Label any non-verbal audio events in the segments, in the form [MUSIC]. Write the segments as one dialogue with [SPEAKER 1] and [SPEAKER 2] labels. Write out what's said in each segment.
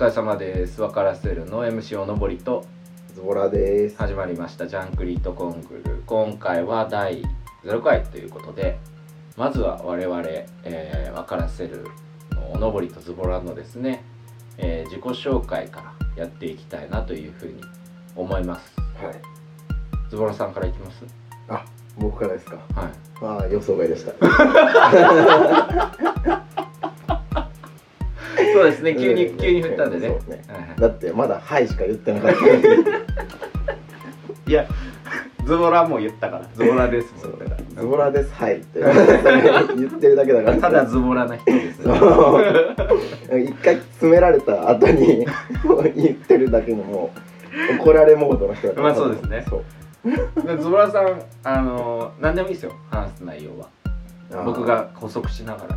[SPEAKER 1] れ様です。わからせるの MC おのぼりと
[SPEAKER 2] ズボラです。
[SPEAKER 1] 始まりましたジャンクリートコングル。今回は第0回ということで、まずは我々、えー、わからせるのおのぼりとズボラのですね、えー自己紹介からやっていきたいなというふうに思います。
[SPEAKER 2] はい。
[SPEAKER 1] ズボラさんからいきます。
[SPEAKER 2] あ、僕からですか。
[SPEAKER 1] はい。
[SPEAKER 2] まあ予想外でした。
[SPEAKER 1] そうですね。 [LAUGHS] 急に
[SPEAKER 2] うん
[SPEAKER 1] 急に振ったんでね。
[SPEAKER 2] そうです
[SPEAKER 1] はいはい
[SPEAKER 2] だってまだはいしか言ってなかったのに。
[SPEAKER 1] いや、ズボラも言ったから。ズボラです
[SPEAKER 2] そ
[SPEAKER 1] もん
[SPEAKER 2] う
[SPEAKER 1] だから。
[SPEAKER 2] ズボラですはいって言ってるだけだから。
[SPEAKER 1] ただズボラな人ですね。
[SPEAKER 2] そう一回詰められた後にもう言ってるだけのもう怒られモードの人だから。
[SPEAKER 1] まあそうですね
[SPEAKER 2] そう。
[SPEAKER 1] ズボラさん、あの何でもいいですよ。話す内容は。
[SPEAKER 2] あー
[SPEAKER 1] 僕。が補足しながらね、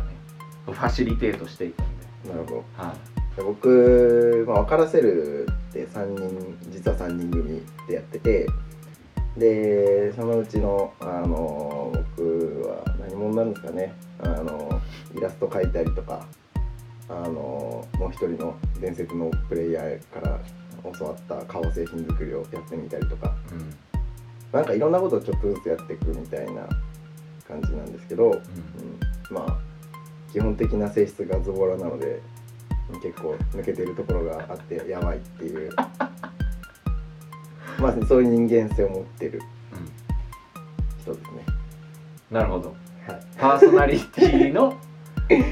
[SPEAKER 1] ファシリテートしていくんで。
[SPEAKER 2] なるほど。
[SPEAKER 1] は
[SPEAKER 2] で僕、まあ、分からせるって3人実は3人組でやっててでそのうちのあの僕は何者なんですかねあのイラスト描いたりとかあのもう一人の伝説のプレイヤーから教わった革製品作りをやってみたりとか
[SPEAKER 1] い。うん。
[SPEAKER 2] なんかいろんなことをちょっとずつやっていくみたいな感じなんですけど、うん、まあ基本的な性質がズボラなので結構抜けてるところがあってやばいって [LAUGHS] いうまあそういう人間性を持ってる
[SPEAKER 1] うん。
[SPEAKER 2] 人ですね
[SPEAKER 1] なるほど。
[SPEAKER 2] はい
[SPEAKER 1] パーソナリティの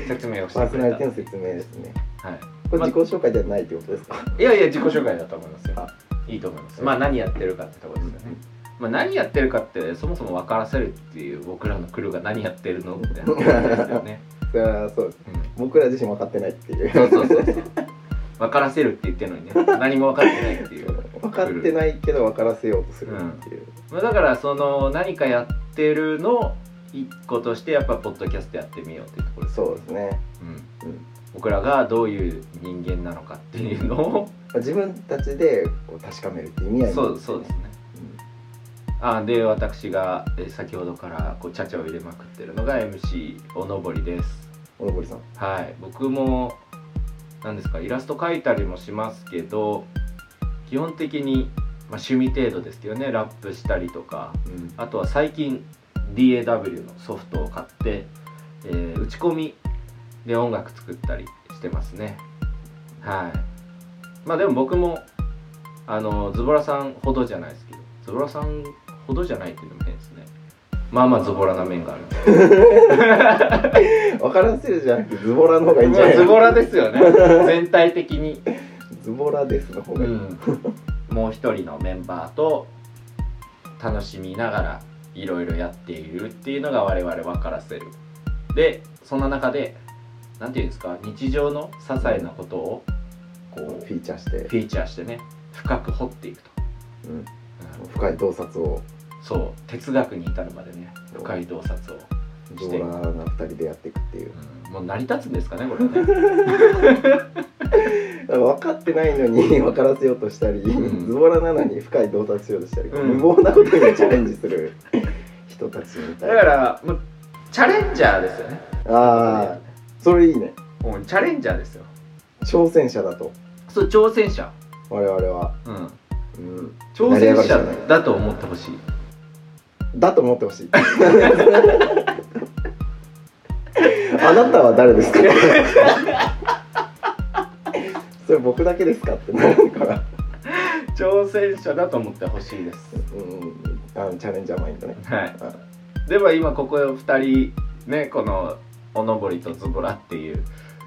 [SPEAKER 1] 説明をして
[SPEAKER 2] パーソ
[SPEAKER 1] く
[SPEAKER 2] ナ
[SPEAKER 1] れ
[SPEAKER 2] リ
[SPEAKER 1] た。
[SPEAKER 2] ティの説明ですね
[SPEAKER 1] はい。
[SPEAKER 2] これ自己紹介じゃないってことですか、
[SPEAKER 1] いやいや自己紹介だと思いますよ
[SPEAKER 2] あ。
[SPEAKER 1] いいと思います。まあ何やってるかってとこですよね。まあ、何やってるかってそもそも分からせるっていう僕らのクルーが何やってるのみたいな感じですよ
[SPEAKER 2] [LAUGHS]
[SPEAKER 1] ね、
[SPEAKER 2] [LAUGHS] それはそう
[SPEAKER 1] うん
[SPEAKER 2] 僕ら自身分かってないっていう
[SPEAKER 1] そうそうそうそう分からせるって言ってるのにね何も分かってないっていう
[SPEAKER 2] [LAUGHS] 分かってないけど分からせようとするっていう、
[SPEAKER 1] まあだからその何かやってるの一個としてやっぱポッドキャストやってみようっていうところですよ
[SPEAKER 2] そうですね、
[SPEAKER 1] うん、
[SPEAKER 2] うん
[SPEAKER 1] 僕らがどういう人間なのかっていうのを
[SPEAKER 2] まあ自分たちでこう確かめるって意味合い
[SPEAKER 1] そうそうですねあで私がえ先ほどからこうチャチャを入れまくってるのが MC おのぼりです
[SPEAKER 2] おのぼりさん
[SPEAKER 1] はい、僕も何ですかイラスト描いたりもしますけど基本的に、まあ、趣味程度ですけどねラップしたりとか
[SPEAKER 2] うん
[SPEAKER 1] あとは最近 DAW のソフトを買って、えー打ち込みで音楽作ったりしてますねはいまあでも僕もあのズボラさんほどじゃないですけどズボラさんほどじゃないっていうのも変ですねまあまあズボラな面がある
[SPEAKER 2] 分からせるじゃなくてズボラの方がいいんじゃ
[SPEAKER 1] ま
[SPEAKER 2] な
[SPEAKER 1] あ
[SPEAKER 2] い
[SPEAKER 1] ズボラですよね全体的に
[SPEAKER 2] ズボラですの方
[SPEAKER 1] う
[SPEAKER 2] がいい、
[SPEAKER 1] ん、 [LAUGHS] もう一人のメンバーと楽しみながらいろいろやっているっていうのが我々分からせるでそんな中で何て言うんですか日常の些細なことをこ
[SPEAKER 2] フ
[SPEAKER 1] う
[SPEAKER 2] ィーチャーして、
[SPEAKER 1] フィーチャーしてね深く掘っていくと、
[SPEAKER 2] うん、
[SPEAKER 1] うん
[SPEAKER 2] 深い洞察を
[SPEAKER 1] そう哲学に至るまでね深い洞察を、
[SPEAKER 2] ズボラな2人でやっていくっていう
[SPEAKER 1] うんもう成り立つんですかねこれね
[SPEAKER 2] だから分かってないのに分からせようとしたり、
[SPEAKER 1] うん
[SPEAKER 2] ズボラなのに深い洞察しようとしたり、
[SPEAKER 1] うん
[SPEAKER 2] 無謀なことにチャレンジする人たちみ
[SPEAKER 1] [LAUGHS]
[SPEAKER 2] た
[SPEAKER 1] だ
[SPEAKER 2] い
[SPEAKER 1] か
[SPEAKER 2] な
[SPEAKER 1] らもうチャレンジャーですよね
[SPEAKER 2] ああそれいいね
[SPEAKER 1] もうチャレンジャーですよ
[SPEAKER 2] 挑戦者だと
[SPEAKER 1] そう挑戦者
[SPEAKER 2] 我々は、
[SPEAKER 1] うん
[SPEAKER 2] うん、
[SPEAKER 1] 挑戦者
[SPEAKER 2] だ
[SPEAKER 1] だと思ってほしい
[SPEAKER 2] だと思ってほしいあなたは誰ですかそれ僕だけですかってなるから
[SPEAKER 1] 挑戦者だと思ってほしいです
[SPEAKER 2] うん、あのチャレンジャーマインドね。
[SPEAKER 1] はい
[SPEAKER 2] あ
[SPEAKER 1] では今ここ2人ねこのおのぼりとズボラっていう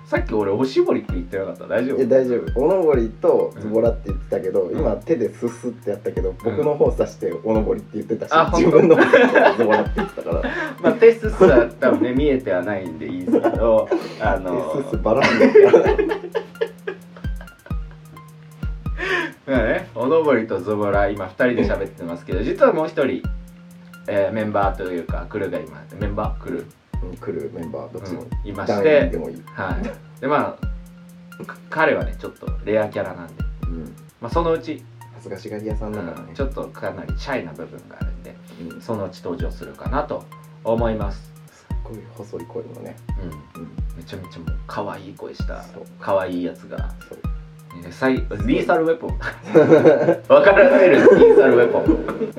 [SPEAKER 1] さっき俺おしぼりって言ってなかった大丈
[SPEAKER 2] いや
[SPEAKER 1] 夫
[SPEAKER 2] 大丈夫。おのぼりとズボラって言ってたけど、
[SPEAKER 1] うん
[SPEAKER 2] 今手ですすってやったけど、僕の方指しておのぼりって言ってたし
[SPEAKER 1] あ、本当
[SPEAKER 2] 自分の方指してズボラって言ってたから、手
[SPEAKER 1] [LAUGHS] まあテススは多分ね見えてはないんでいいですけ
[SPEAKER 2] [LAUGHS]
[SPEAKER 1] どあの
[SPEAKER 2] すすバラすんだから。
[SPEAKER 1] まあねおのぼりとズボラ今2人で喋ってますけど実はもう1人、えーメンバーというかクルーが今メンバークルー、
[SPEAKER 2] うん来るメンバーどっちも。
[SPEAKER 1] うんいまし
[SPEAKER 2] 団
[SPEAKER 1] て
[SPEAKER 2] 員でもいい。
[SPEAKER 1] はいでまあか彼はねちょっとレアキャラなんで、
[SPEAKER 2] うん
[SPEAKER 1] まあ、そのうち
[SPEAKER 2] 恥ずかしがり屋さんだからね。
[SPEAKER 1] ちょっとかなりシャイな部分があるんで
[SPEAKER 2] うんす
[SPEAKER 1] そのうち登場するかなと思います、
[SPEAKER 2] っごい細い声のね。
[SPEAKER 1] うん、
[SPEAKER 2] うん
[SPEAKER 1] めちゃめちゃもう可愛い声した
[SPEAKER 2] そう
[SPEAKER 1] 可愛いやつが、
[SPEAKER 2] そう
[SPEAKER 1] うえーサイリーサルウェ [LAUGHS] ポンわから [LAUGHS] せるリーサルウェポン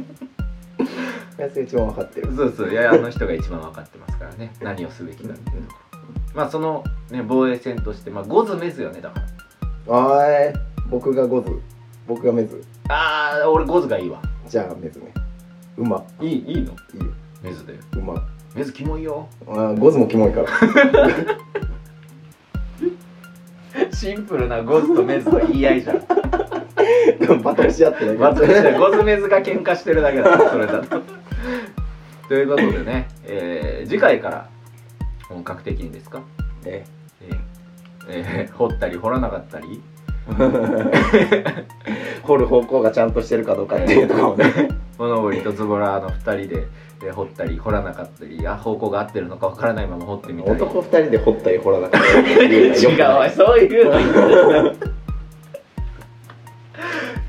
[SPEAKER 2] やつ一番分かってる
[SPEAKER 1] そうそういやあの人が一番分かってますからね何をすべきかっていうところまあその、ね、防衛戦としてまあ5詰めですよねだから
[SPEAKER 2] あーい僕がゴズ僕がメズ
[SPEAKER 1] あー俺5ズがいいわ
[SPEAKER 2] じゃあメズね馬
[SPEAKER 1] いいいいの
[SPEAKER 2] いいよ
[SPEAKER 1] メズだよ
[SPEAKER 2] 馬あ
[SPEAKER 1] メズキモいよ
[SPEAKER 2] ーゴズもキモいから
[SPEAKER 1] [LAUGHS] シンプルな5ズとメズの言い合いじゃん
[SPEAKER 2] [LAUGHS] バトルし合ってない
[SPEAKER 1] ま
[SPEAKER 2] [LAUGHS]
[SPEAKER 1] ずゴズメズが喧嘩してるだけだそれだと。ということでね、えー次回から本格的にですか、
[SPEAKER 2] ね
[SPEAKER 1] えーえー掘ったり掘らなかったり、
[SPEAKER 2] 掘る方向がちゃんとしてるかどうかっていうところね
[SPEAKER 1] 物堀とズボラの2人で、えー掘ったり掘らなかったり、あ方向が合ってるのかわからないまま掘ってみたり。
[SPEAKER 2] [LAUGHS] 男二人で掘ったり掘らなかったり [LAUGHS]
[SPEAKER 1] 違
[SPEAKER 2] よく
[SPEAKER 1] う、お
[SPEAKER 2] ない
[SPEAKER 1] いそういうの言ってる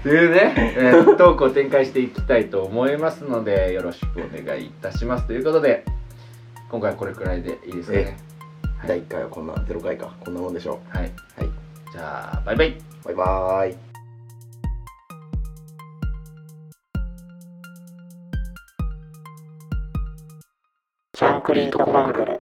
[SPEAKER 1] というね、えー、トークを展開していきたいと思いますのでよろしくお願いいたしますということで今回はこれくらいでいいですかね
[SPEAKER 2] 第1回はこんな0回かこんなもんでしょ
[SPEAKER 1] はい、
[SPEAKER 2] はい
[SPEAKER 1] じゃあバイバイ
[SPEAKER 2] うバイバーイ
[SPEAKER 3] チャンクリートコマングル